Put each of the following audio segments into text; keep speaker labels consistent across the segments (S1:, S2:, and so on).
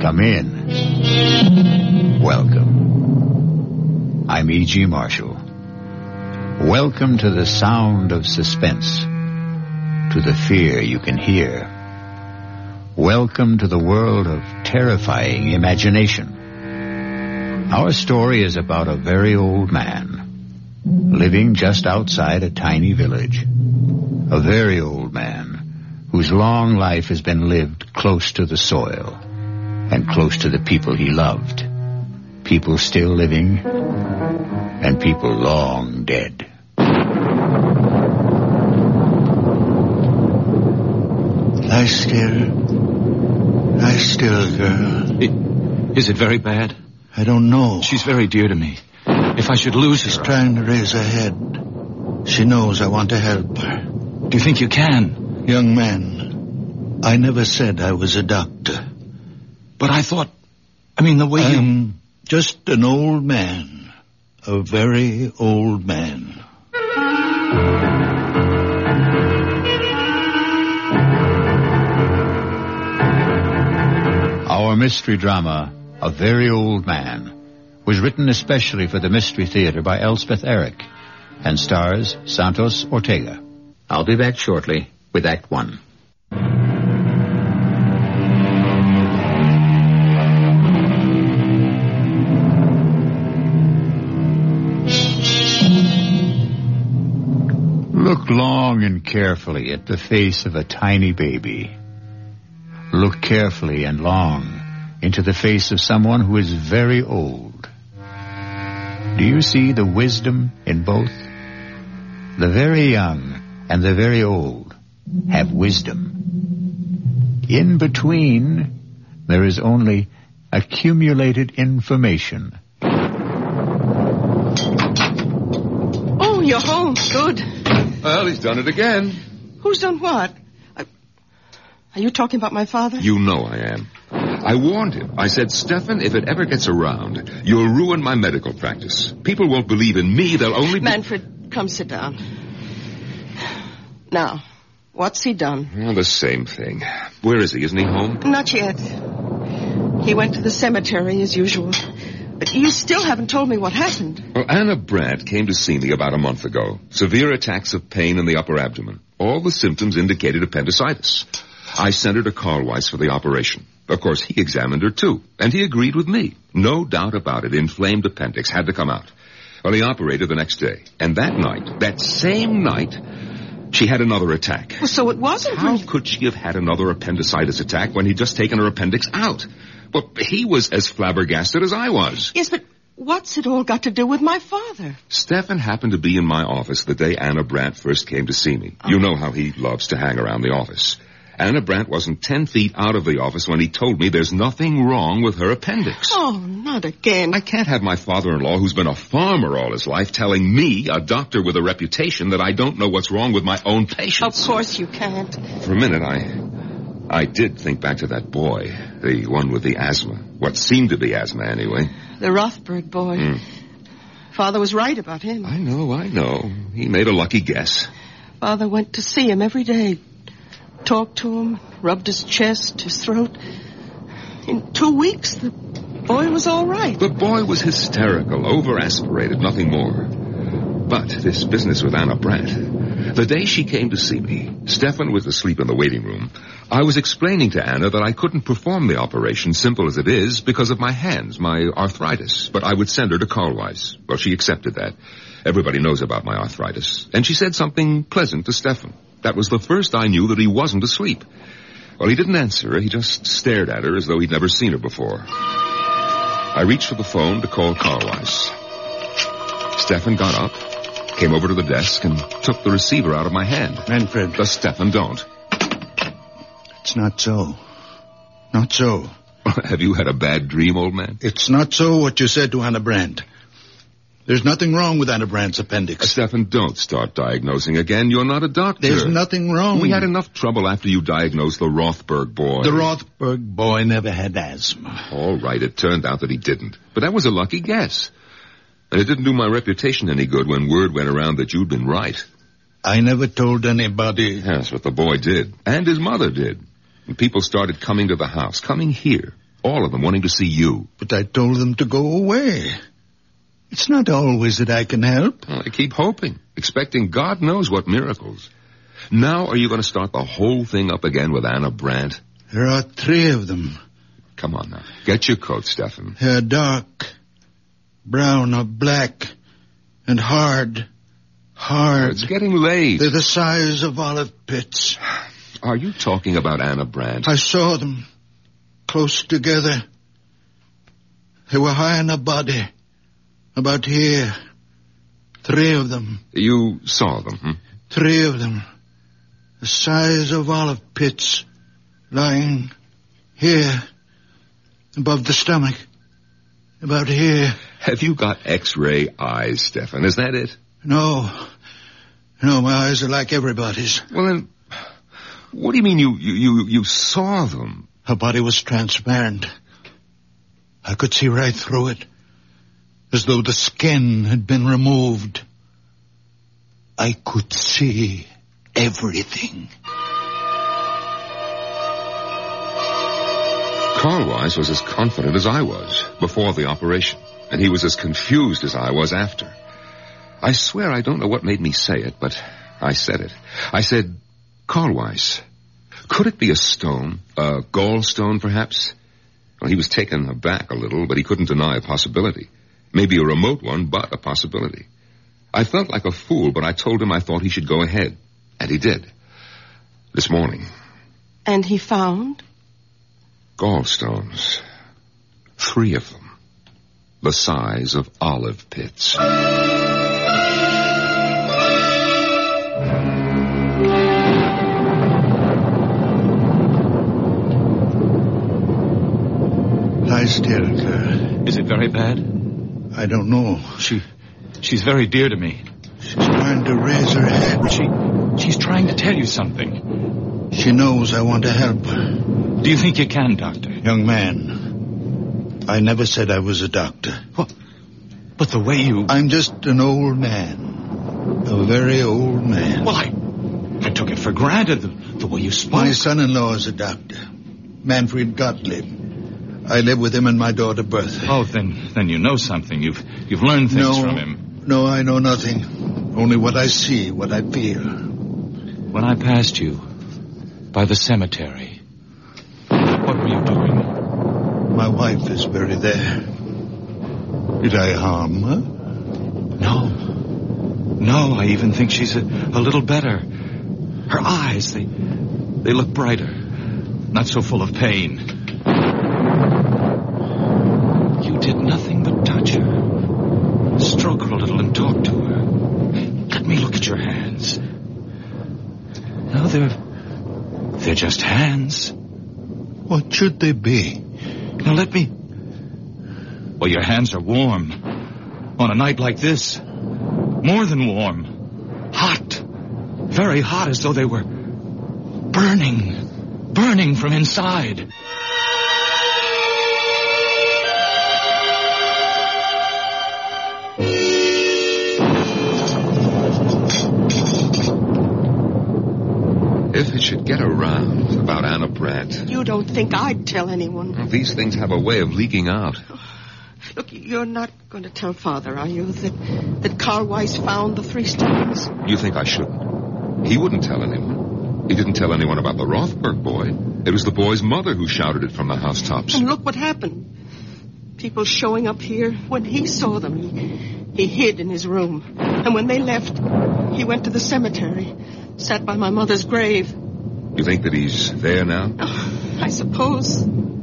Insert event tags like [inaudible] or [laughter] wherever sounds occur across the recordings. S1: Come in. Welcome. I'm E.G. Marshall. Welcome to the sound of suspense, to the fear you can hear. Welcome to the world of terrifying imagination. Our story is about a very old man living just outside a tiny village. A very old man whose long life has been lived close to the soil and close to the people he loved. People still living and people long dead. Lie still. Lie still, girl.
S2: It, is it very bad?
S1: I don't know.
S2: She's very dear to me. If I should lose her,
S1: She's trying to raise her head. She knows I want to help her.
S2: do you think you can?
S1: Young man, I never said I was a doctor.
S2: But I thought, I mean, the way you...
S1: I'm just an old man. A very old man. Our mystery drama, A Very Old Man, was written especially for the Mystery Theater by Elspeth Eric and stars Santos Ortega. I'll be back shortly with Act One. Look long and carefully at the face of a tiny baby. Look carefully and long into the face of someone who is very old. Do you see the wisdom in both? The very young and the very old have wisdom. In between, there is only accumulated information.
S3: Oh, you're home. Good.
S4: Well, he's done it again.
S3: Who's done what? I... Are you talking about my father?
S4: You know I am. I warned him. I said, Stefan, if it ever gets around, you'll ruin my medical practice. People won't believe in me. They'll only be-
S3: Manfred, come sit down. Now, what's he done?
S4: Well, the same thing. Where is he? Isn't he home?
S3: Not yet. He went to the cemetery as usual. But you still haven't told me what happened.
S4: Well, Anna Brandt came to see me about a month ago. Severe attacks of pain in the upper abdomen. All the symptoms indicated appendicitis. I sent her to Carlweiss for the operation. Of course, he examined her too, and he agreed with me. No doubt about it. Inflamed appendix had to come out. Well, he operated the next day, and that night, that same night, she had another attack.
S3: Well, so it wasn't.
S4: How
S3: really-
S4: could she have had another appendicitis attack when he'd just taken her appendix out? Well, he was as flabbergasted as I was.
S3: Yes, but what's it all got to do with my father?
S4: Stefan happened to be in my office the day Anna Brandt first came to see me. You know how he loves to hang around the office. Anna Brandt wasn't ten feet out of the office when he told me there's nothing wrong with her appendix.
S3: Oh, not again.
S4: I can't have my father-in-law, who's been a farmer all his life, telling me, a doctor with a reputation, that I don't know what's wrong with my own
S3: Of
S4: patients.
S3: course you can't.
S4: For a minute, I. I did think back to that boy, the one with the asthma. What seemed to be asthma, anyway.
S3: The Rothberg boy. Father was right about him.
S4: I know, I know. He made a lucky guess.
S3: Father went to see him every day. Talked to him, rubbed his chest, his throat. In two weeks, the boy was all right.
S4: The boy was hysterical, over aspirated, nothing more. But this business with Anna Brandt. The day she came to see me, Stefan was asleep in the waiting room. I was explaining to Anna that I couldn't perform the operation, simple as it is, because of my hands, my arthritis. But I would send her to Carlweiss. Well, she accepted that. Everybody knows about my arthritis. And she said something pleasant to Stefan. That was the first I knew that he wasn't asleep. Well, he didn't answer her. He just stared at her as though he'd never seen her before. I reached for the phone to call Carwise. Stefan got up, came over to the desk, and took the receiver out of my hand.
S2: Manfred,
S4: But Stefan don't. [laughs]
S2: it's not so. Not so.
S4: Have you had a bad dream, old man?
S2: It's not so what you said to Anna Brandt. There's nothing wrong with Anna Brandt's appendix.
S4: Stefan, don't start diagnosing again. You're not a doctor.
S2: There's nothing wrong.
S4: We had enough trouble after you diagnosed the Rothberg boy.
S2: The Rothberg boy never had asthma.
S4: All right, it turned out that he didn't. But that was a lucky guess. And it didn't do my reputation any good when word went around that you'd been right.
S2: I never told anybody.
S4: Yes, but the boy did. And his mother did. And people started coming to the house, coming here. All of them wanting to see you.
S2: But I told them to go away. It's not always that I can help.
S4: Well, I keep hoping, expecting God knows what miracles. Now are you going to start the whole thing up again with Anna Brandt?
S2: There are three of them.
S4: Come on now. Get your coat, Stefan.
S2: They're dark, brown or black, and hard. Hard.
S4: It's getting late.
S2: They're the size of olive pits.
S4: Are you talking about Anna Brandt?
S2: I saw them close together. They were high in a body, about here. Three of them.
S4: You saw them, hmm?
S2: Three of them. The size of olive pits lying here above the stomach. About here.
S4: Have you got X-ray eyes, Stefan? Is that it?
S2: No. No, my eyes are like everybody's.
S4: Well then, what do you mean you, you, you, you saw them?
S2: Her body was transparent. I could see right through it, as though the skin had been removed. I could see everything.
S4: Carl Wise was as confident as I was before the operation, and he was as confused as I was after. I swear I don't know what made me say it, but I said it. I said, Carl Wise, could it be a stone? A gallstone, perhaps? Well, he was taken aback a little, but he couldn't deny a possibility. Maybe a remote one, but a possibility. I felt like a fool, but I told him I thought he should go ahead. And he did. This morning.
S3: And he found?
S4: Gallstones. Three of them. The size of olive pits.
S2: Lie still, Claire.
S5: Is it very bad?
S2: I don't know.
S5: She, she's very dear to me.
S2: She's trying to raise her head.
S5: But she, she's trying to tell you something.
S2: She knows I want to help. her.
S5: Do you think you can, Doctor?
S2: Young man, I never said I was a doctor.
S5: But the way you,
S2: I'm just an old man. A very old man.
S5: well, I, I took it for granted the, the way you spoke.
S2: My son-in-law is a doctor, Manfred Gottlieb. I live with him and my daughter Bertha.
S5: Oh, then, then you know something. You've, you've learned things
S2: no,
S5: from him.
S2: no, I know nothing. Only what I see, what I feel.
S5: When I passed you by the cemetery, what were you doing?
S2: My wife is buried there. Did I harm her?
S5: No, no. I even think she's a, a little better. Her eyes, they, they look brighter, not so full of pain. You did nothing but touch her, stroke her a little, and talk to her. Let me look at your hands. No, they're they're just hands.
S2: What should they be?
S5: Now let me. Well, your hands are warm. On a night like this. More than warm. Hot. Very hot, as though they were burning. Burning from inside.
S4: If it should get around about Anna Brandt,
S3: You don't think I'd tell anyone.
S4: these things have a way of leaking out.
S3: Look, you're not going to tell Father, are you, that, that Carl Weiss found the three stones?
S4: You think I shouldn't? He wouldn't tell anyone. He didn't tell anyone about the Rothberg boy. It was the boy's mother who shouted it from the housetops.
S3: And look what happened. People showing up here, when he saw them, he, he hid in his room. And when they left, he went to the cemetery, sat by my mother's grave.
S4: You think that he's there now?
S3: Oh, I suppose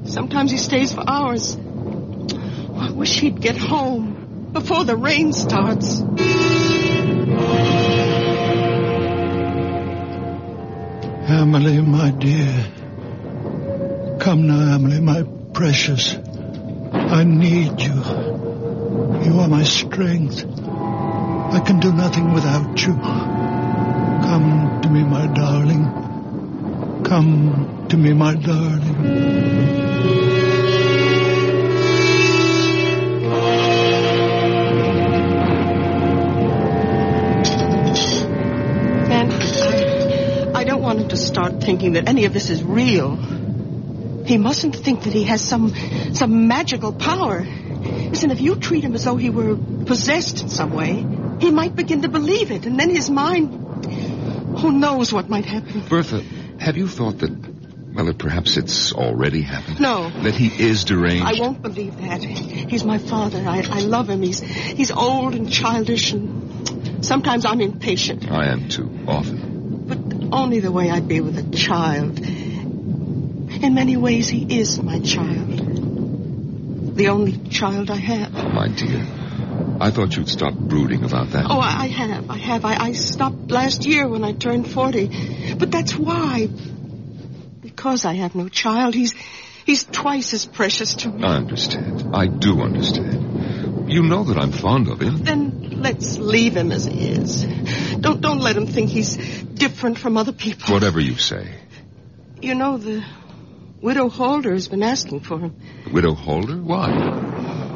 S3: sometimes he stays for hours. I wish he'd get home before the rain starts.
S2: Emily, my dear. Come now, Emily, my precious. I need you. You are my strength. I can do nothing without you. Come to me, my darling. Come to me, my darling.
S3: And I, I don't want him to start thinking that any of this is real. He mustn't think that he has some some magical power. Listen, if you treat him as though he were possessed in some way, he might begin to believe it, and then his mind who knows what might happen.
S4: Bertha, have you thought that, well, that perhaps it's already happened?
S3: No.
S4: That he is deranged?
S3: I won't believe that. He's my father. I, I love him. He's he's old and childish and sometimes I'm impatient.
S4: I am too, often.
S3: But only the way I'd be with a child. In many ways he is my child. The only child I have.
S4: My dear, I thought you'd stop brooding about that.
S3: Oh, I I have. I have. I, I stopped last year when I turned 40. But that's why. Because I have no child, he's he's twice as precious to me.
S4: I understand. I do understand. You know that I'm fond of him.
S3: Then let's leave him as he is. Don't don't let him think he's different from other people.
S4: Whatever you say.
S3: You know the widow Halder has been asking for him.
S4: Widow Holder? Why?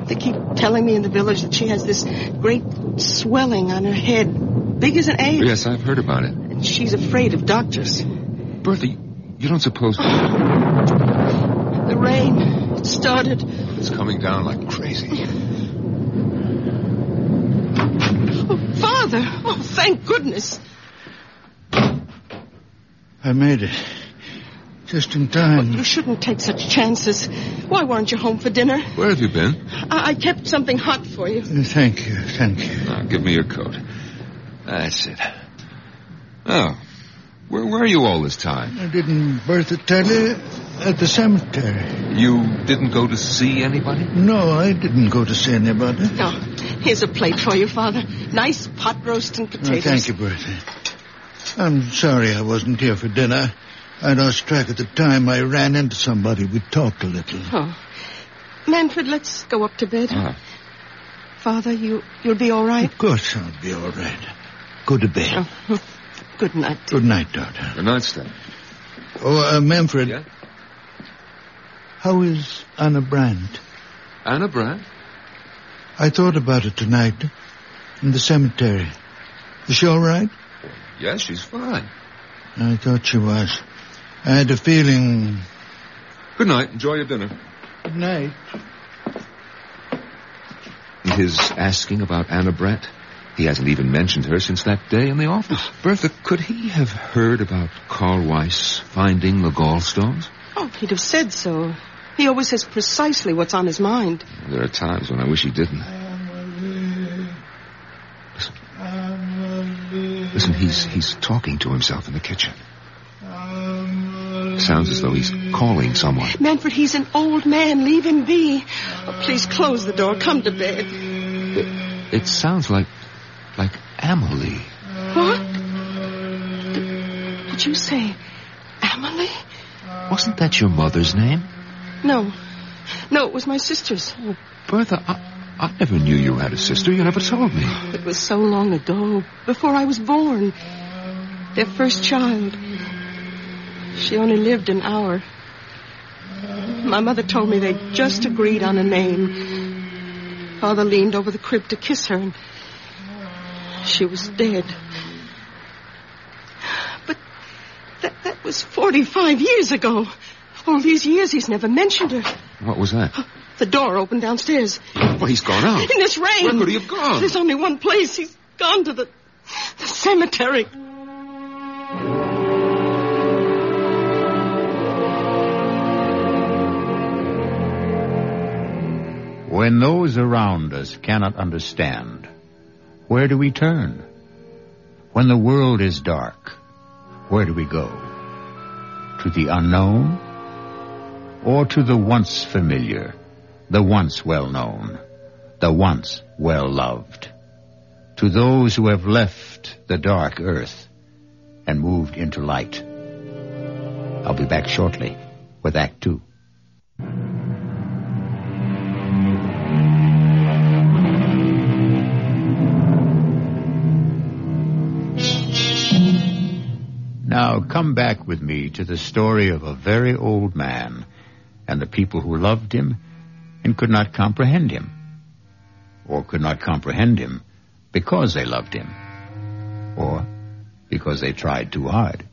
S3: They keep telling me in the village that she has this great swelling on her head, big as an egg.
S4: Yes, I've heard about it.
S3: And she's afraid of doctors.
S4: Bertha, you don't suppose
S3: The rain it started.
S4: it's coming down like crazy.
S3: Oh, father! Oh, thank goodness!
S2: I made it. Just in time.
S3: You shouldn't take such chances. Why weren't you home for dinner?
S4: Where have you been?
S3: I, I kept something hot for you.
S2: Uh, Thank you, thank you.
S4: Now, Ah, give me your coat. That's it. Oh, where were you all this time?
S2: I didn't Bertha tell you at the cemetery.
S4: You didn't go to see anybody?
S2: No, I didn't go to see anybody.
S3: Now, here's a plate for you, Father. Nice pot roast and
S2: No,
S3: potatoes.
S2: Oh, thank you, Bertha. I'm sorry I wasn't here for dinner. I lost track at the time. I ran into somebody. We talked a little.
S3: Oh. Manfred, let's go up to bed.
S4: Ah.
S3: Father, you, you'll be all right?
S2: Of course I'll be all right. Go to bed.
S3: Oh, [laughs] good night.
S2: Good night, daughter.
S4: Good night, Stan.
S2: Oh, uh, Manfred,
S4: Yeah?
S2: how is Anna Brandt?
S4: Anna Brandt?
S2: I thought about it tonight in the cemetery. Is she all right?
S4: Yes, she's fine.
S2: I thought she was. I had a feeling.
S4: Good night. Enjoy your dinner.
S2: Good night.
S4: His asking about Anna Brandt? He hasn't even mentioned her since that day in the office. Bertha, could he have heard about Carl Weiss finding the gallstones?
S3: Oh, he'd have said so. He always says precisely what's on his mind.
S4: There are times when I wish he didn't. Listen, he's he's talking to himself in the kitchen. Sounds as though he's calling someone.
S3: Manfred, he's an old man. Leave him be. Oh, please close the door. Come to bed.
S4: It, it sounds like like Emily.
S3: What? Did, did you say Emily?
S4: Wasn't that your mother's name?
S3: No. No, it was my sister's.
S4: Bertha, I, I never knew you had a sister. You never told me.
S3: It was so long ago, before I was born. Their first child. She only lived an hour. My mother told me they just agreed on a name. Father leaned over the crib to kiss her, and she was dead. But that, that was 45 years ago. All these years, he's never mentioned her.
S4: What was that?
S3: The door opened downstairs.
S4: [gasps] Well, he's gone
S3: [gasps]
S4: out.
S3: In this rain.
S4: Oh. Where could he have gone?
S3: There's only one place. He's gone to the, the cemetery.
S5: When those around us cannot understand, where do we turn? When the world is dark, where do we go? To the unknown? Or to the once familiar, the once well known, the once well loved? To those who have left the dark earth and moved into light. I'll be back shortly with Act Two. Now come back with me to the story of a very old man and the people who loved him and could not comprehend him, or could not comprehend him because they loved him, or because they tried too hard.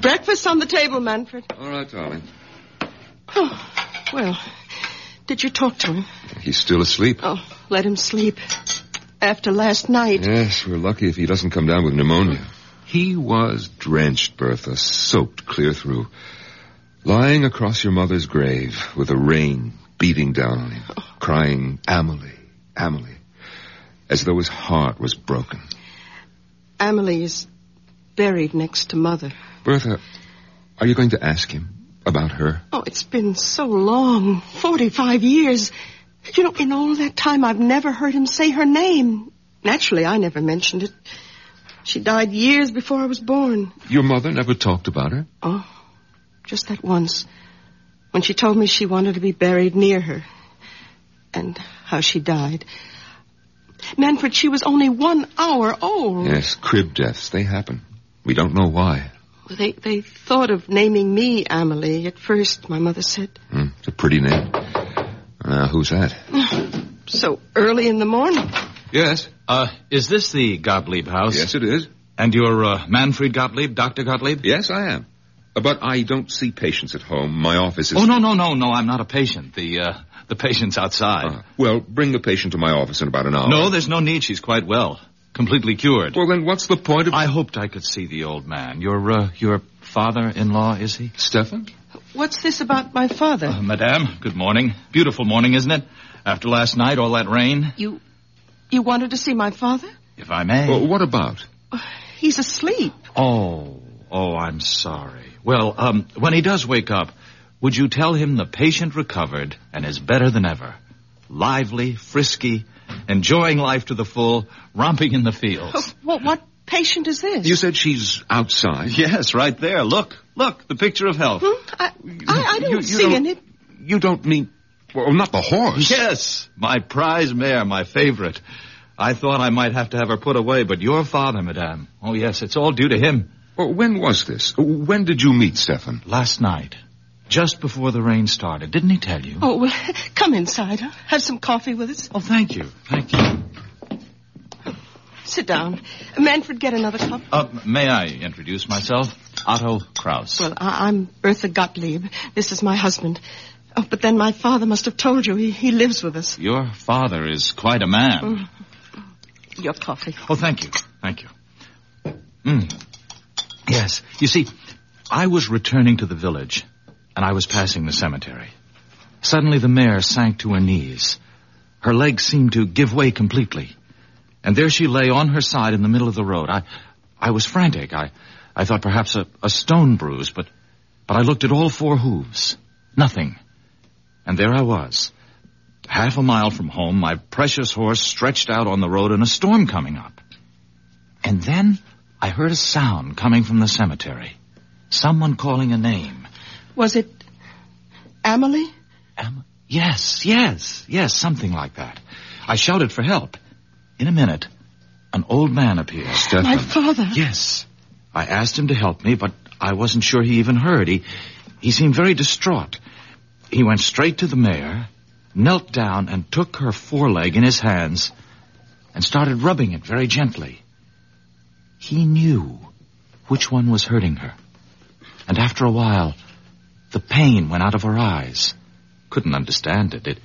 S3: Breakfast on the table, Manfred.
S4: All right, darling.
S3: Oh, well, did you talk to him?
S4: He's still asleep.
S3: Oh, let him sleep. After last night.
S4: Yes, we're lucky if he doesn't come down with pneumonia. He was drenched, Bertha, soaked clear through. Lying across your mother's grave with the rain beating down on him,
S3: [sighs]
S4: crying, Amelie, Amelie, as though his heart was broken.
S3: Amelie is buried next to Mother.
S4: Bertha, are you going to ask him about her?
S3: Oh, it's been so long 45 years. You know, in all that time, I've never heard him say her name. Naturally, I never mentioned it. She died years before I was born.
S4: Your mother never talked about her?
S3: Oh, just that once. When she told me she wanted to be buried near her. And how she died. Manfred, she was only one hour old.
S4: Yes, crib deaths, they happen. We don't know why.
S3: They, they thought of naming me Amelie at first, my mother said. [sighs]
S4: Hmm, it's a pretty name. Now, who's that?
S3: So early in the morning.
S4: Yes.
S1: Uh, is this the Gottlieb house?
S4: Yes, it is.
S1: And you're uh, Manfred Gottlieb, Dr. Gottlieb?
S4: Yes, I am. Uh, But I don't see patients at home. My office is.
S1: Oh, no, no, no, no, I'm not a patient. The, uh, the patient's outside.
S4: Uh, well, bring the patient to my office in about an hour.
S5: oh.
S1: No, there's no need. She's quite well. Completely cured.
S4: Well, then what's the point of.
S1: I hoped I could see the old man. Your, uh, your father-in-law, is he?
S4: Stefan?
S3: What's this about my father?
S1: Uh, Madame, good morning. Beautiful morning, isn't it? After last night, all that rain.
S3: You, you wanted to see my father?
S1: If I may.
S4: Well, what about?
S3: He's asleep.
S1: Oh, oh, I'm sorry. Well, um, when he does wake up, would you tell him the patient recovered and is better than ever? Lively, frisky, enjoying life to the full, romping in the fields.
S3: What, what patient is this?
S4: You said she's
S1: [laughs]
S4: outside.
S1: yes, right there. Look, look, the picture of health.
S3: Hmm? I, I, I didn't
S4: You- you
S3: see
S4: don't-
S3: any.
S4: You don't mean. Well, not the horse.
S1: Yes, my prize mare, my favorite. I thought I might have to have her put away, but your father, madame. Oh, yes, it's all due to him.
S4: Well, when was this? When did you meet Stefan?
S1: Last night, just before the rain started, didn't he tell you?
S3: Oh, well, [laughs] come inside. Huh? Have some coffee with us.
S1: oh thank you. Thank you.
S3: Sit down. Manfred, get another cup.
S1: Uh, may I introduce myself? Otto Kraus.
S3: Well, I, I'm Bertha Gottlieb. This is my husband. Oh, but then my father must have told you. He, he lives with us.
S1: Your father is quite a man.
S3: Your coffee.
S1: Oh, thank you. Thank you. Mm. Yes. You see, I was returning to the village, and I was passing the cemetery. Suddenly, the mare sank to her knees. Her legs seemed to give way completely. And there she lay on her side in the middle of the road. I, I was frantic. I, I thought perhaps a, a stone bruise, but, but I looked at all four hooves. Nothing. And there I was. Half a mile from home, my precious horse stretched out on the road and a storm coming up. And then I heard a sound coming from the cemetery. Someone calling a name.
S3: Was it Amelie?
S1: Am- yes, yes, yes, something like that. I shouted for help. In a minute, an old man appeared.
S3: My father.
S1: Yes. I asked him to help me, but I wasn't sure he even heard. He, he seemed very distraught. He went straight to the mare, knelt down, and took her foreleg in his hands and started rubbing it very gently. He knew which one was hurting her. And after a while, the pain went out of her eyes. Couldn't understand it. It,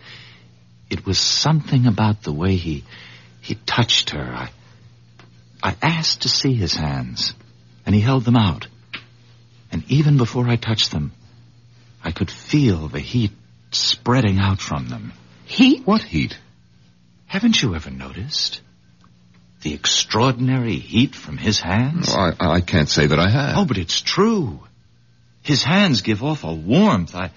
S1: it was something about the way he, he touched her. I, I asked to see his hands, and he held them out. And even before I touched them, I could feel the heat spreading out from them.
S3: Heat?
S4: What heat?
S1: Haven't you ever noticed? The extraordinary heat from his hands?
S4: I, Oh, I can't say that I have.
S1: Oh, but it's true. His hands give off a warmth. I,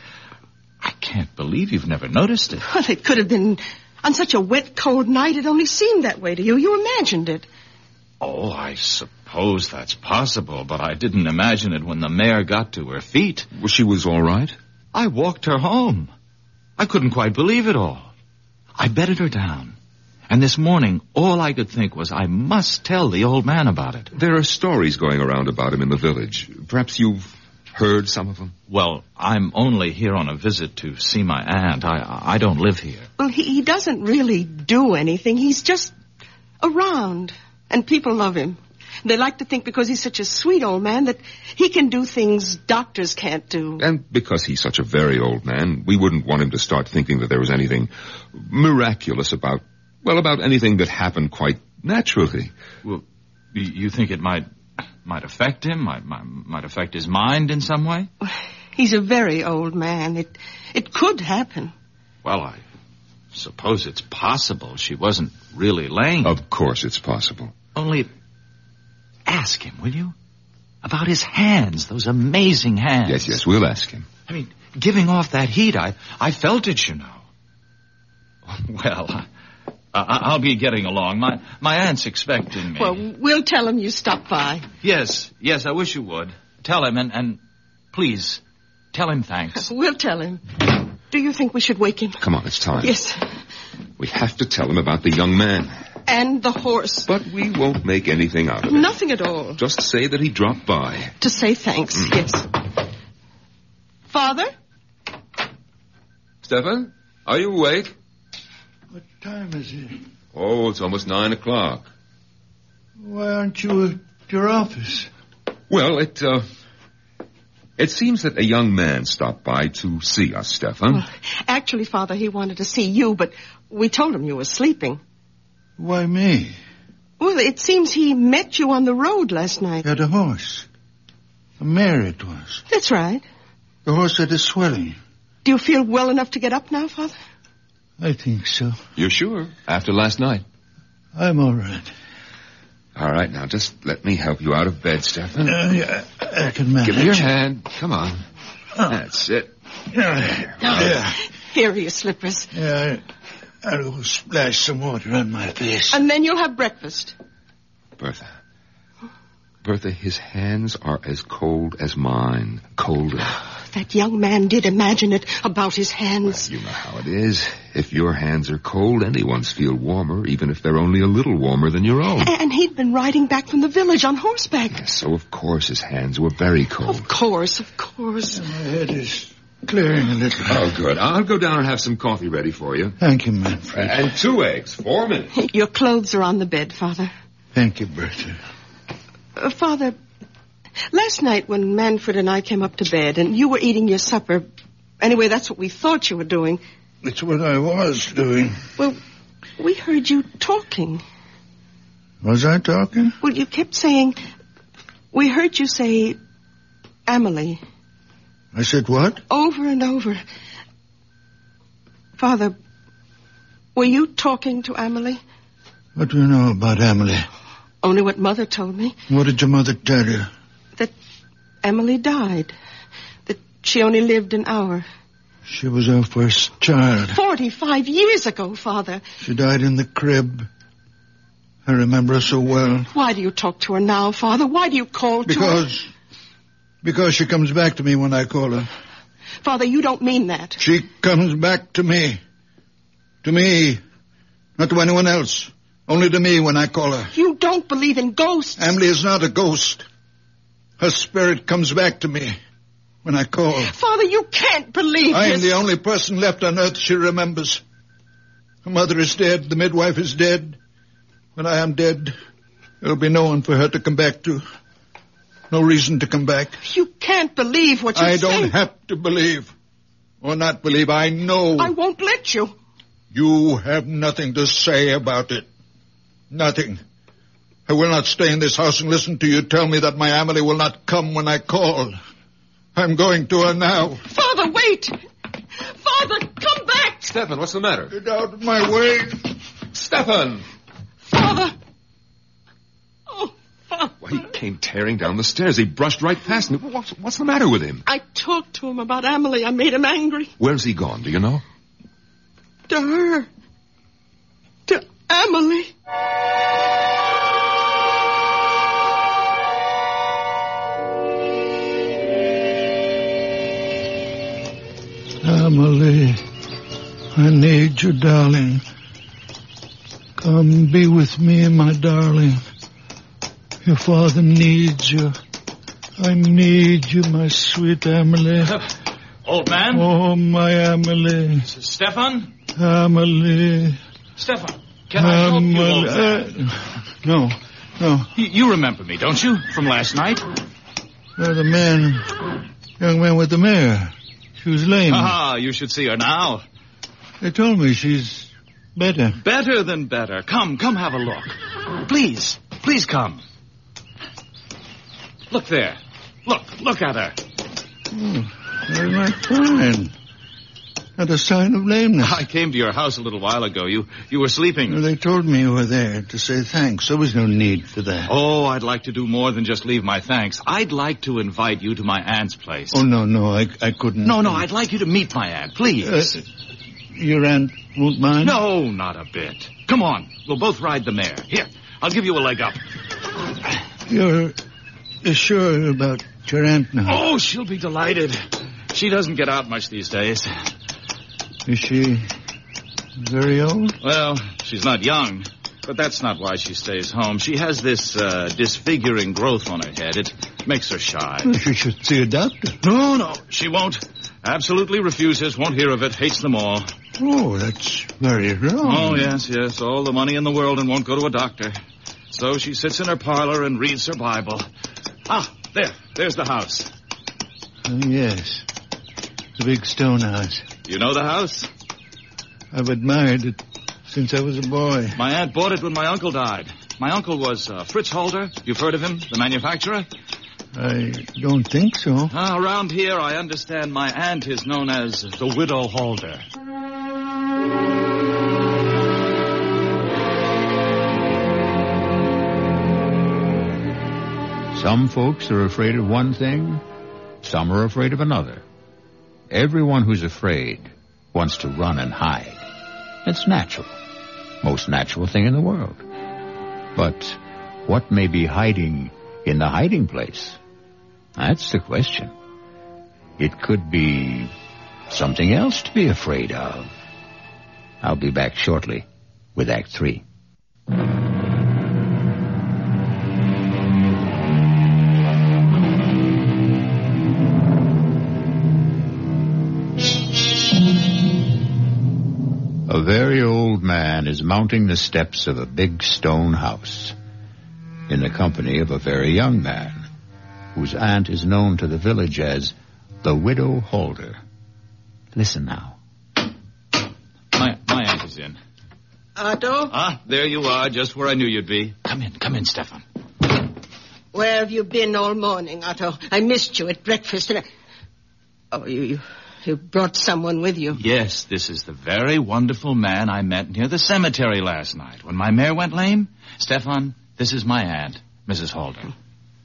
S1: I can't believe you've never noticed it.
S3: Well, it could have been on such a wet, cold night. It only seemed that way to you. You imagined it.
S1: Oh, I suppose that's possible, but I didn't imagine it when the mare got to her feet.
S4: Well, she was all right.
S1: I walked her home. I couldn't quite believe it all. I bedded her down. And this morning, all I could think was I must tell the old man about it.
S4: There are stories going around about him in the village. Perhaps you've heard some of them.
S1: Well, I'm only here on a visit to see my aunt. I, I don't live here.
S3: Well, he, he doesn't really do anything. He's just around. And people love him. They like to think because he's such a sweet old man that he can do things doctors can't do.
S4: And because he's such a very old man, we wouldn't want him to start thinking that there was anything miraculous about, well, about anything that happened quite naturally.
S1: Well, y- you think it might might affect him, might, might might affect his mind in some way?
S3: He's a very old man. It it could happen.
S1: Well, I suppose it's possible she wasn't really lame.
S4: Of course it's possible.
S1: Only ask him, will you? About his hands, those amazing hands.
S4: Yes, yes, we'll ask him.
S1: I mean, giving off that heat, I, I felt it, you know. [laughs] Well, I, I- I'll be getting along. My, my aunt's expecting me.
S3: Well, we'll tell him you stopped by.
S1: yes, yes, I wish you would. Tell him and, and please, tell him thanks.
S3: We'll tell him. Do you think we should wake him?
S4: Come on, it's time.
S3: Yes.
S4: We have to tell him about the young man.
S3: And the horse.
S4: But we won't make anything out of it.
S3: Nothing at all.
S4: Just say that he dropped by.
S3: To say thanks. Yes. Father?
S4: Stefan, are you awake?
S2: What time is it?
S4: Oh, it's almost nine o'clock.
S2: Why aren't you at your office?
S4: Well, it, uh, it seems that a young man stopped by to see us, Stefan.
S3: Oh. Actually, Father, he wanted to see you, but we told him you were sleeping.
S2: Why me?
S3: Well, it seems he met you on the road last night.
S2: You had a horse. A mare it was.
S3: That's right.
S2: The horse had a swelling.
S3: Do you feel well enough to get up now, Father?
S2: I think so.
S4: You're sure? After last night.
S2: I'm all right.
S4: All right, now just let me help you out of bed, Stefan.
S2: Uh, yeah, I can manage.
S4: Give me your hand. Come on. That's it.
S2: Yeah, yeah,
S3: Here are your slippers.
S2: yeah. I, I'll splash some water on my face.
S3: And then you'll have breakfast.
S4: Bertha. Bertha, his hands are as cold as mine. Colder.
S3: That young man did imagine it about his hands.
S4: You know how it is. If your hands are cold, anyone's feel warmer, even if they're only a little warmer than your own.
S3: A- And he'd been riding back from the village on horseback.
S4: So, of course, his hands were very cold.
S3: Of course, of course.
S2: My head is clearing a little.
S4: Oh, good. I'll go down and have some coffee ready for you.
S2: Thank you, Manfred.
S4: And two eggs. Four minutes.
S3: [laughs] Your clothes are on the bed, Father.
S2: Thank you, Bertha.
S3: Uh, Father, last night when Manfred and I came up to bed and you were eating your supper, anyway, that's what we thought you were doing.
S2: It's what I was doing.
S3: Well, we heard you talking.
S2: Was I talking?
S3: Well, you kept saying, we heard you say, Emily,
S2: I said what?
S3: over and over. Father, were you talking to Emily?
S2: What do you know about Emily?
S3: Only what Mother told me.
S2: What did your mother tell you?
S3: that Emily died. That she only lived an hour.
S2: She was our first child.
S3: Forty-five years ago, Father.
S2: She died in the crib. I remember her so well.
S3: Why do you talk to her now, Father? Why do you call to her?
S2: Because. Because she comes back to me when I call her.
S3: Father, you don't mean that.
S2: She comes back to me. To me. Not to anyone else. Only to me when I call her.
S3: You don't believe in ghosts.
S2: Emily is not a ghost. Her spirit comes back to me when I call.
S3: Father, you can't believe
S2: I am
S3: this.
S2: the only person left on earth she remembers. Her mother is dead. The midwife is dead. When I am dead, there'll be no one for her to come back to. No reason to come back.
S3: You can't believe what you
S2: I
S3: say.
S2: don't have to believe. Or not believe. I know.
S3: I won't let you.
S2: You have nothing to say about it. Nothing. I will not stay in this house and listen to you tell me that my Emily will not come when I call. I'm going to her now.
S3: Father, wait.
S6: Father, come back!
S4: Stefan, what's the matter?
S5: Get out of my way.
S4: Stefan!
S6: Father! Oh, Father.
S4: Why, he came tearing down the stairs. He brushed right past me. What's, what's the matter with him?
S6: I talked to him about Emily. I made him angry.
S4: Where's he gone? Do you know?
S6: To her. To Emily.
S5: Emily, I need you, darling. Come be with me, my darling. Your father needs you. I need you, my sweet Emily.
S1: Old man?
S5: Oh, my Emily.
S1: Stefan?
S5: Emily.
S1: Stefan, can I
S5: Um,
S1: help you, old man?
S5: Emily. Eh, No, no.
S1: Y- You remember me, don't you? From last night?
S5: Hmm. You're the man, young man with the mare. She was lame.
S1: Ah, you should see her now.
S5: They told me she's better.
S1: Better than better. Come, come have a look. Please, please come. Look there. Look, look at her.
S5: Where's my fine? Not a sign of lameness.
S1: I came to your house a little while ago. You you were sleeping.
S5: [laughs] They told me you were there to say thanks. There was no need for that.
S1: Oh, I'd like to do more than just leave my thanks. I'd like to invite you to my aunt's place.
S5: Oh, no, no, I, I couldn't.
S1: No, no, I'd like you to meet my aunt, please.
S5: Uh, your aunt won't mind?
S1: no, not a bit. Come on. We'll both ride the mare. Here, I'll give you a leg up.
S5: You're uh, sure about your aunt now?
S1: Oh, she'll be delighted. She doesn't get out much these days.
S5: Is she very old?
S1: Well, she's not young, but that's not why she stays home. She has this uh, disfiguring growth on her head. It makes her shy.
S5: She should see a doctor.
S1: No, no, she won't. Absolutely refuses, won't hear of it, hates them all.
S5: Oh, that's very wrong.
S1: Oh, yes, yes, all the money in the world and won't go to a doctor. So she sits in her parlor and reads her Bible. Ah, there, there's the house.
S5: Oh, yes. The big stone house.
S1: You know the house?
S5: I've admired it since I was a boy.
S1: My aunt bought it when my uncle died. My uncle was uh, Fritz Holder. You've heard of him, the manufacturer?
S5: I don't think so.
S1: Ah, around here, I understand my aunt is known as the Widow Holder.
S7: Some folks are afraid of one thing, some are afraid of another. Everyone who's afraid wants to run and hide. It's natural. Most natural thing in the world. But what may be hiding in the hiding place? That's the question. It could be something else to be afraid of. I'll be back shortly with Act Three. A very old man is mounting the steps of a big stone house in the company of a very young man whose aunt is known to the village as the Widow Holder. Listen now.
S1: My, my aunt is in.
S3: Otto,
S1: Ah, there you are, just where I knew you'd be. Come in, come in, Stefan.
S3: where have you been all morning, Otto? I missed you at breakfast and I... Oh, you, you, you brought someone with you.
S1: Yes, this is the very wonderful man I met near the cemetery last night when my mare went lame. Stefan, this is my aunt, Mrs. Holder.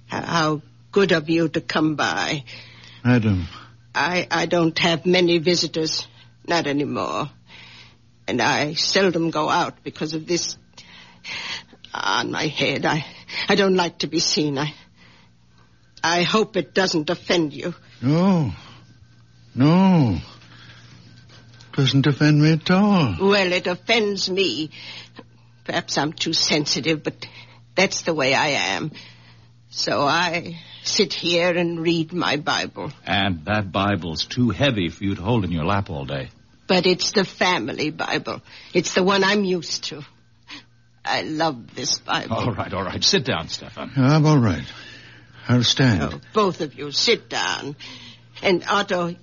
S3: How, how good of you to come by.
S5: Adam,
S3: I, I don't have many visitors, not anymore. And I seldom go out because of this on my head. I, I don't like to be seen. I, I hope it doesn't offend you.
S5: no. No. Doesn't offend me at all.
S3: Well, it offends me. Perhaps I'm too sensitive, but that's the way I am. So I sit here and read my Bible.
S1: And that Bible's too heavy for you to hold in your lap all day.
S3: But it's the family Bible. It's the one I'm used to. I love this Bible.
S1: All right, all right. Sit down, Stefan.
S5: I'm all right. I'll stand.
S3: Oh, both of you, sit down. And Otto, eh,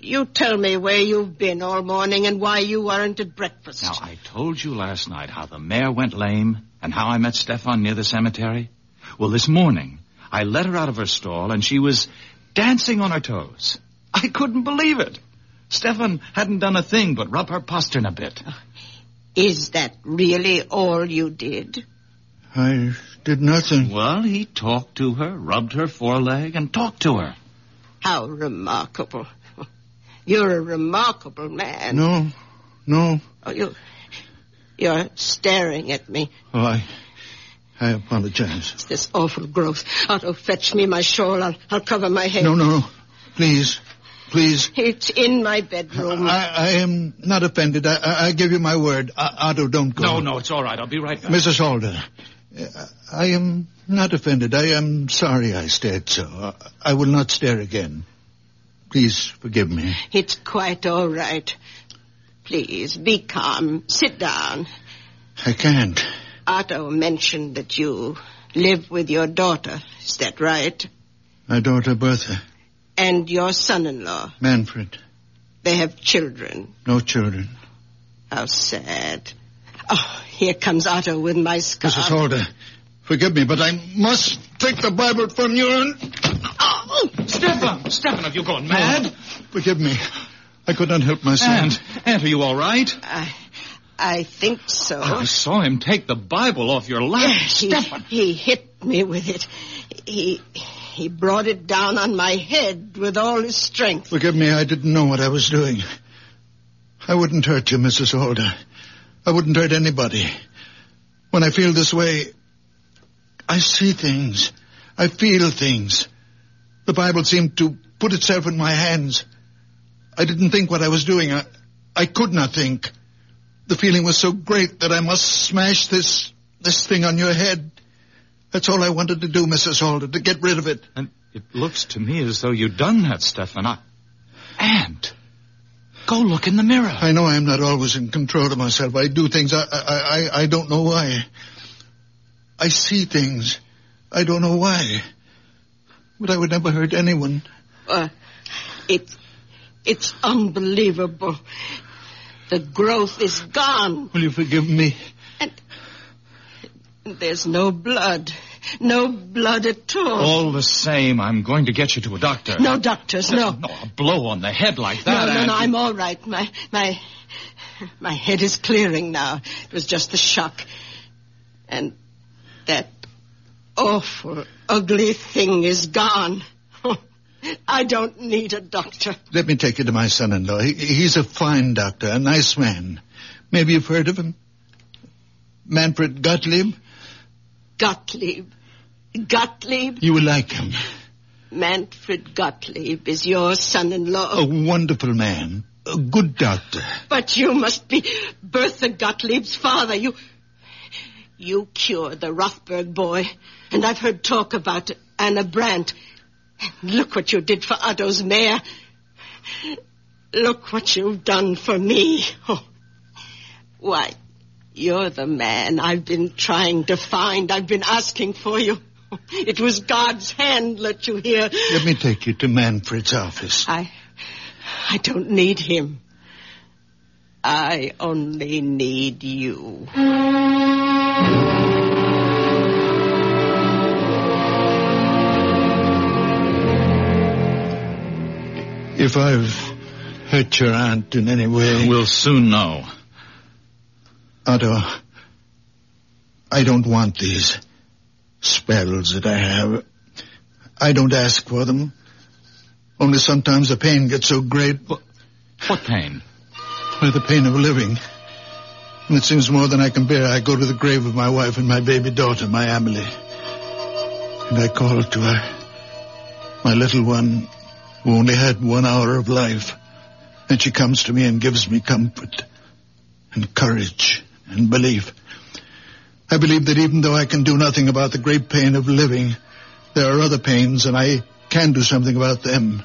S3: you tell me where you've been all morning and why you weren't at breakfast.
S1: Now, I told you last night how the mare went lame and how I met Stefan near the cemetery. Well, this morning, I let her out of her stall and she was dancing on her toes. I couldn't believe it. Stefan hadn't done a thing but rub her postern a bit.
S3: Is that really all you did?
S2: I did
S1: [laughs]
S2: nothing.
S1: Well, he talked to her, rubbed her foreleg, and talked to her.
S3: How remarkable. You're a remarkable man.
S2: No, no.
S3: Oh, you, you're staring at me.
S2: Oh, I, I apologize.
S3: It's this awful growth. Otto, fetch me my shawl. I'll, I'll cover my head.
S2: No, no, no. Please, please.
S3: It's in my bedroom.
S2: I, I am not offended. I, I, I give you my word. O- Otto, don't go.
S1: No, no, it's all right. I'll be right back.
S2: Mrs. Alder, uh, I am not offended. I am sorry I stared so. I- I will not stare again. Please forgive me.
S3: It's quite all right. Please, be calm. Sit down.
S2: I can't.
S3: Otto mentioned that you live with your daughter. Is that right?
S2: My daughter Bertha,
S3: And your son-in-law.
S2: Manfred,
S3: They have children.
S2: no children.
S3: How sad. Oh, here comes Otto with my scarf.
S2: Mrs. Alder, forgive me, but I must take the Bible from you and...
S3: Oh,
S1: Stefan! Stefan, have you gone
S2: Oh.
S1: mad?
S2: Forgive me. I could not help myself.
S1: Aunt, Aunt, are you all right?
S3: I, I think so.
S1: I saw him take the Bible off your lap.
S3: he,
S1: Oh, Stefan!
S3: he hit me with it. He he brought it down on my head with all his strength.
S2: Forgive me, I didn't know what I was doing. I wouldn't hurt you, Mrs. Alder. I wouldn't hurt anybody. When I feel this way, I see things. I feel things. The Bible seemed to put itself in my hands. I didn't think what I was doing. I, I could not think. The feeling was so great that I must smash this, this thing on your head. That's all I wanted to do, Mrs. Alder, to get rid of it.
S1: And it looks to me as though you've done that, Stefan. I... Aunt, go look in the mirror.
S2: I know I'm not always in control of myself. I do things I, I, I, I don't know why. I see things. I don't know why. But I would never hurt anyone.
S3: Uh, it's it's unbelievable. The growth is gone.
S2: Will you forgive me?
S3: There's no blood, no blood at all.
S1: All the same, I'm going to get you to a doctor.
S3: No doctors, no.
S1: No, a blow on the head like
S3: No,
S1: that.
S3: no,
S1: Aunt.
S3: no, I'm all right. My, my, my head is clearing now. It was just the shock. And that awful, ugly thing is gone. [laughs] I don't need a doctor.
S2: Let me take you to my son-in-law. He, he's a fine doctor, a nice man. Maybe you've heard of him? Manfred Gottlieb?
S3: Gottlieb. Gottlieb?
S2: You will like him.
S3: Manfred Gottlieb is your son-in-law.
S2: A wonderful man. A good doctor.
S3: But you must be Bertha Gottlieb's father. You, you cured the Rothberg boy, and I've heard talk about Anna Brandt. And look what you did for Otto's mare. Look what you've done for me. Oh. Why, you're the man I've been trying to find. I've been asking for you. It was God's hand, let you hear.
S2: Let me take you to Manfred's office.
S3: I, I don't need him. I only need you.
S2: If I've hurt your aunt in any way...
S1: We'll soon know.
S2: Otto, I don't want these spells that I have. I don't ask for them. Only sometimes the pain gets so great,
S1: What pain?
S2: by the pain of living. And it seems more than I can bear. I go to the grave of my wife and my baby daughter, my Amelie. And I call to her, my little one, who only had one hour of life. And she comes to me and gives me comfort and courage and belief. I believe that even though I can do nothing about the great pain of living, there are other pains and I can do something about them.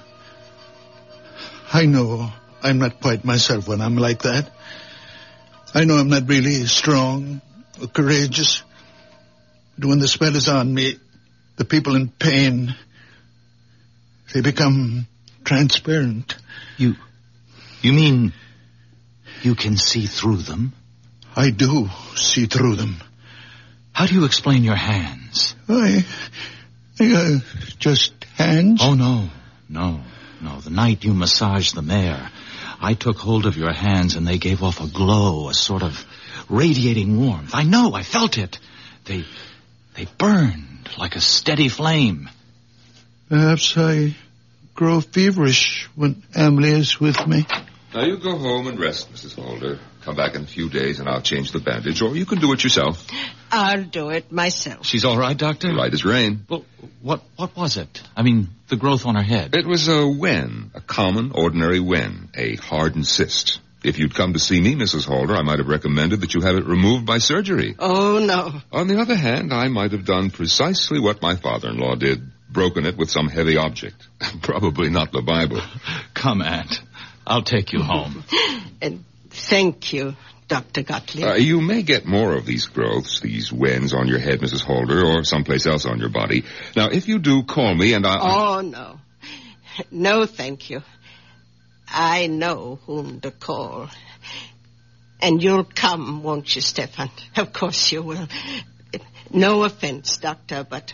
S2: I know I'm not quite myself when I'm like that. I know I'm not really strong or courageous. But when the spell is on me, the people in pain, they become transparent.
S1: You. You mean. You can see through them?
S2: I do see through them.
S1: How do you explain your hands?
S2: I, they are just hands.
S1: Oh, no. No, no. The night you massaged the mare, I took hold of your hands and they gave off a glow, a sort of radiating warmth. I know, I felt it. They, they burned like a steady flame.
S2: Perhaps I grow feverish when Emily is with me.
S4: Now you go home and rest, Mrs. Holder. Come back in a few days and I'll change the bandage, or you can do it yourself.
S8: I'll do it myself.
S1: She's all right, Doctor?
S4: Right as rain.
S1: Well, what, what was it? I mean, the growth on her head.
S4: It was a wen, a common, ordinary wen, a hardened cyst. If you'd come to see me, Mrs. Holder, I might have recommended that you have it removed by surgery.
S8: Oh, no.
S4: On the other hand, I might have done precisely what my father-in-law did, broken it with some heavy object. [laughs] Probably not the Bible.
S1: Come, Aunt. I'll take you home.
S8: And thank you, Dr. Gottlieb.
S4: Uh, you may get more of these growths, these wens on your head, Mrs. Holder, or someplace else on your body. Now, if you do, call me and I'll...
S8: Oh, no. No, thank you. I know whom to call. And you'll come, won't you, Stefan? Of course you will. No offense, Doctor, but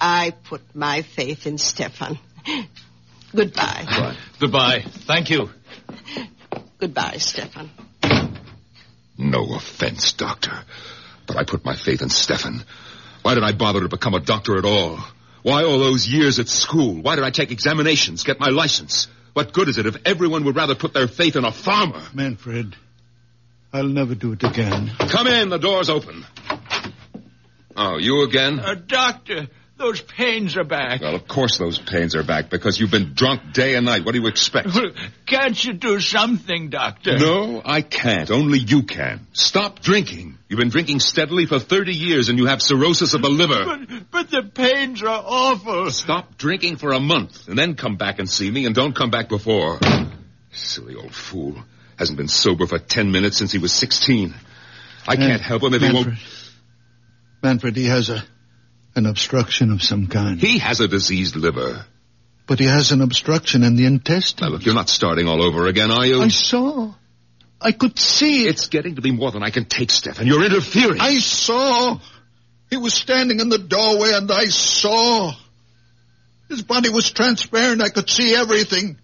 S8: I put my faith in Stefan. Goodbye.
S1: Goodbye. Thank you.
S8: Goodbye, Stefan.
S4: No offense, Doctor, but I put my faith in Stefan. Why did I bother to become a doctor at all? Why all those years at school? Why did I take examinations, get my license? What good is it if everyone would rather put their faith in a farmer?
S2: Manfred, I'll never do it again.
S4: Come in, the door's open. Oh, you again?
S1: Uh,
S9: doctor, those pains are back.
S4: Well, of course those pains are back because you've been drunk day and night. What do
S1: [laughs]
S4: you expect?
S9: Can't you do something, doctor?
S4: No, I can't. Only you can. Stop drinking. You've been drinking steadily for 30 years and you have cirrhosis of the liver.
S9: But, but the pains are awful.
S4: Stop drinking for a month and then come back and see me and don't come back before. Silly old fool. Hasn't been sober for 10 minutes since he was 16. I can't help him if he won't.
S2: Manfred. Manfred, he has a an obstruction of some kind.
S4: He has a diseased liver.
S2: But he has an obstruction in the
S4: Now,
S2: intestine.
S4: look, you're not starting all over again, are you?
S2: I saw. I could see.
S4: It's getting to be more than I can take, Stefan. You're interfering.
S2: I saw. He was standing in the doorway and I saw. His body was transparent. I could see everything.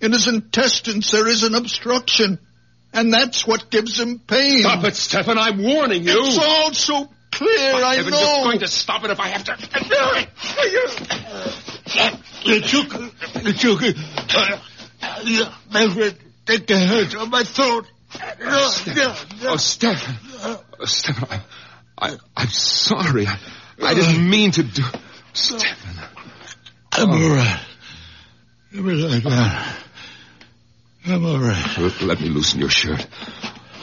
S2: In his intestines, there is an obstruction. And that's what gives him pain.
S4: Stop it, Stefan. I'm warning you.
S2: It's all so clear,
S4: By
S2: I
S4: heaven,
S2: know.
S4: You're going to stop it if I have to.
S9: Lechuka, Lechuka. Manfred, take the hurt on my throat. No, no, no.
S4: Oh, Stefan. Oh, Stefan, I, I, I'm sorry. I, I didn't mean to do. Stefan.
S2: I'm all right. Let me lie down. I'm all right.
S4: Let, let me loosen your shirt.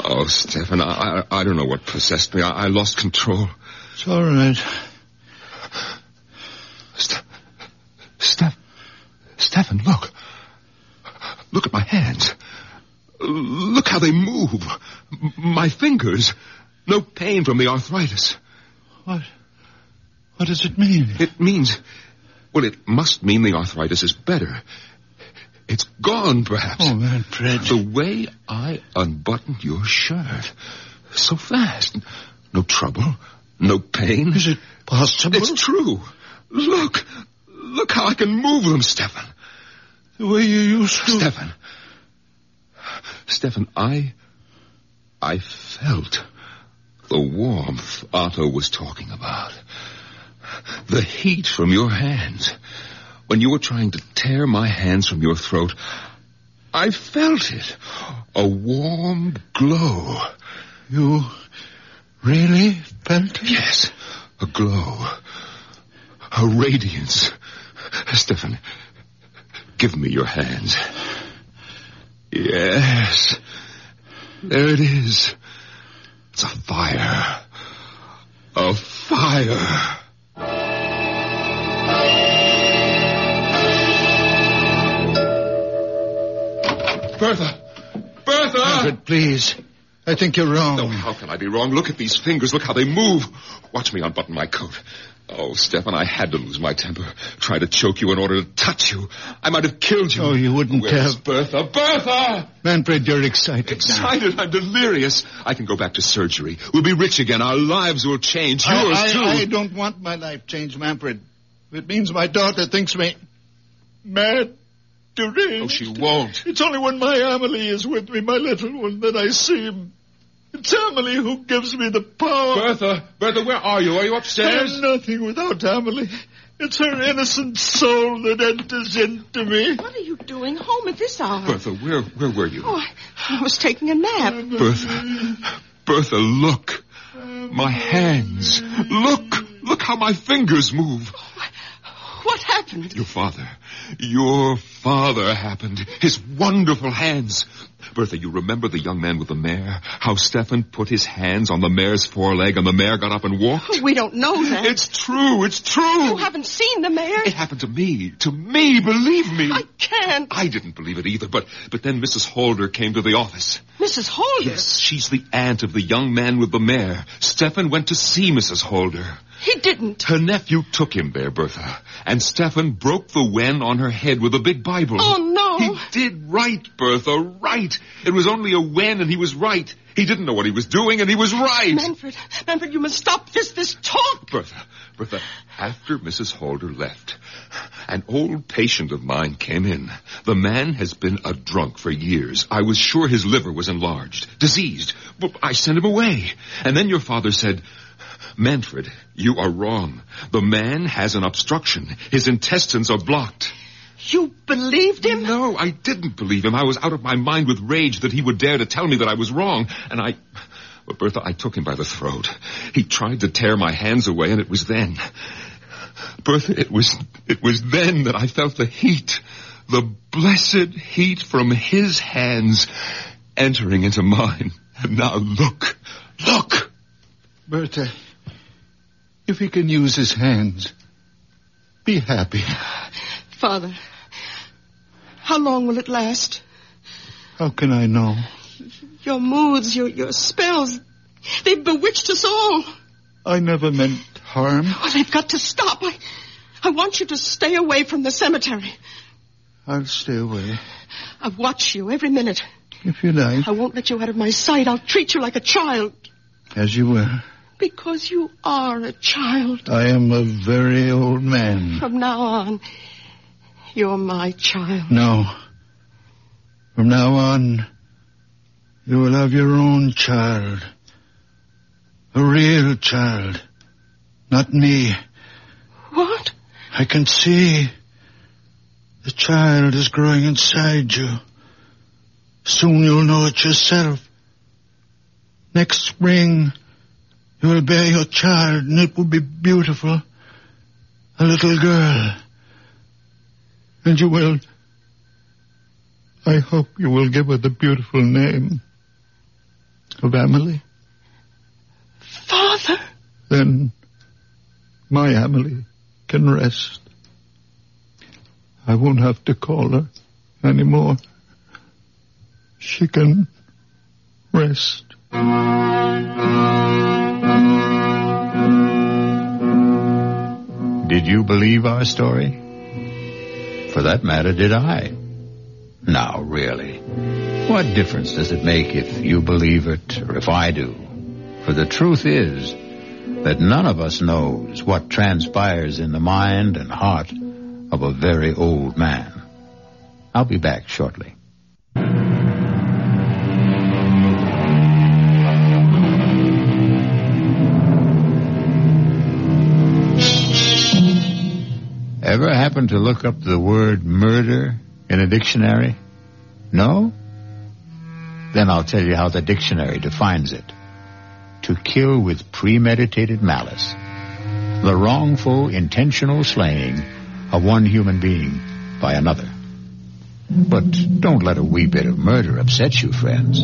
S4: Oh, Stefan, I, I, I don't know what possessed me. I, I lost control.
S2: It's all right.
S4: Ste- Steph, Stefan, look. Look at my hands. Look how they move. M- My fingers. No pain from the arthritis.
S2: What? What does it mean?
S4: It means, well, it must mean the arthritis is better. It's gone, perhaps.
S2: Oh, Manfred.
S4: The way I unbuttoned your shirt. So fast. No trouble. No pain.
S2: Is it possible?
S4: It's true. Look. Look how I can move them, Stefan.
S2: the way you used to.
S4: Stefan. Stefan, I. I felt the warmth Otto was talking about. The heat from your hands. When you were trying to tear my hands from your throat, I felt it. A warm glow.
S2: You really felt it?
S4: Yes, a glow. A radiance. Stefan, give me your hands. Yes. There it is. It's a fire. A fire. Bertha! Bertha!
S2: Manfred, please. Ah! I think you're wrong.
S4: Oh, how can I be wrong? Look at these fingers. Look how they move. Watch me unbutton my coat. Oh, Stefan, I had to lose my temper. Try to choke you in order to touch you. I might have killed you.
S2: Oh, you wouldn't
S4: Where's
S2: have.
S4: Bertha? Bertha!
S2: Manfred, you're excited now.
S4: Excited. I'm delirious. I can go back to surgery. We'll be rich again. Our lives will change.
S2: I-
S4: Yours,
S2: I,
S4: too.
S2: I don't want my life changed, Manfred. It means my daughter thinks me mad. deranged.
S4: Oh, she won't.
S2: It's only when my Amelie is with me, my little one, that I see him. It's Amelie who gives me the power.
S4: Bertha, Bertha, where are you? Are you
S2: I'm
S4: upstairs?
S2: nothing without Amelie. It's her innocent soul that enters into me.
S3: What are you doing home at this hour?
S4: Bertha, where, where were you?
S3: Oh, I, I was taking a nap.
S4: Bertha, Bertha, look.
S3: Um,
S4: My hands. Look. Look how my fingers move.
S3: What happened?
S4: Your father. Your father happened. His wonderful hands. Bertha, you remember the young man with the mare? How Stefan put his hands on the mare's foreleg and the mare got up and walked?
S3: We don't know that.
S4: It's true. It's true.
S3: You haven't seen the mayor?
S4: It happened to me. To me, believe me.
S3: I can't.
S4: I didn't believe it either, but, but then Mrs. Holder came to the office.
S3: Mrs. Holder,
S4: Yes, she's the aunt of the young man with the mare. Stefan went to see Mrs. Holder.
S3: he didn't.
S4: Her nephew took him there, Bertha, and Stefan broke the wen on her head with a big Bible.
S3: Oh, no.
S4: He did right, Bertha, right. It was only a wen, and he was right. He didn't know what he was doing, and he was right.
S3: Manfred, Manfred, you must stop this, this talk.
S4: Bertha, Bertha, after Mrs. Holder left, an old patient of mine came in. The man has been a drunk for years. I was sure his liver was enlarged, diseased, but I sent him away. And then your father said, Manfred, you are wrong. The man has an obstruction. His intestines are blocked.
S3: You believed him?
S4: No, I didn't believe him. I was out of my mind with rage that he would dare to tell me that I was wrong. And I. But Bertha, I took him by the throat. He tried to tear my hands away, and it was then. Bertha, it was. It was then that I felt the heat. The blessed heat from his hands entering into mine. And now look. Look!
S2: Bertha, if he can use his hands, be happy.
S3: Father, how long will it last?
S2: How can I know?
S3: Your moods, your, your spells, they've bewitched us all.
S2: I never meant harm.
S3: Oh, they've got to stop. I, I want you to stay away from the cemetery.
S2: I'll stay away,
S3: I watch you every minute.
S2: if you like,
S3: I won't let you out of my sight. I'll treat you like a child.
S2: as you were.
S3: Because you are a child.
S2: I am a very old man.
S3: From now on, you're my child.
S2: No. From now on, you will have your own child. A real child. Not me.
S3: What?
S2: I can see the child is growing inside you. Soon you'll know it yourself. Next spring, you will bear your child and it will be beautiful. A little girl. And you will, I hope you will give her the beautiful name of Amelie.
S3: Father?
S2: Then my Amelie can rest. I won't have to call her anymore. She can rest.
S5: Did you believe our story? For that matter, did I? Now, really, what difference does it make if you believe it or if I do? For the truth is that none of us knows what transpires in the mind and heart of a very old man. I'll be back shortly. Ever happen to look up the word murder in a dictionary? No? Then I'll tell you how the dictionary defines it. To kill with premeditated malice. The wrongful, intentional slaying of one human being by another. But don't let a wee bit of murder upset you, friends.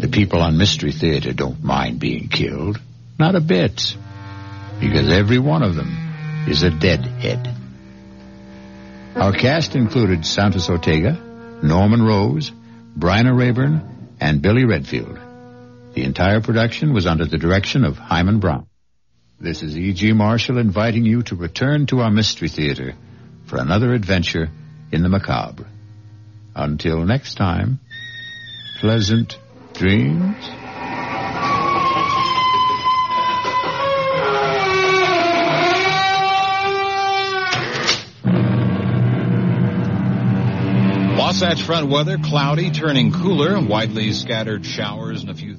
S5: The people on Mystery Theater don't mind being killed. Not a bit. Because every one of them is a deadhead. Our cast included Santos Ortega, Norman Rose, Bryna Rayburn, and Billy Redfield. The entire production was under the direction of Hyman Brown. This is E.G. Marshall inviting you to return to our Mystery Theater for another adventure in the macabre. Until next time, pleasant dreams. satch front weather, cloudy, turning cooler, widely scattered showers and a few.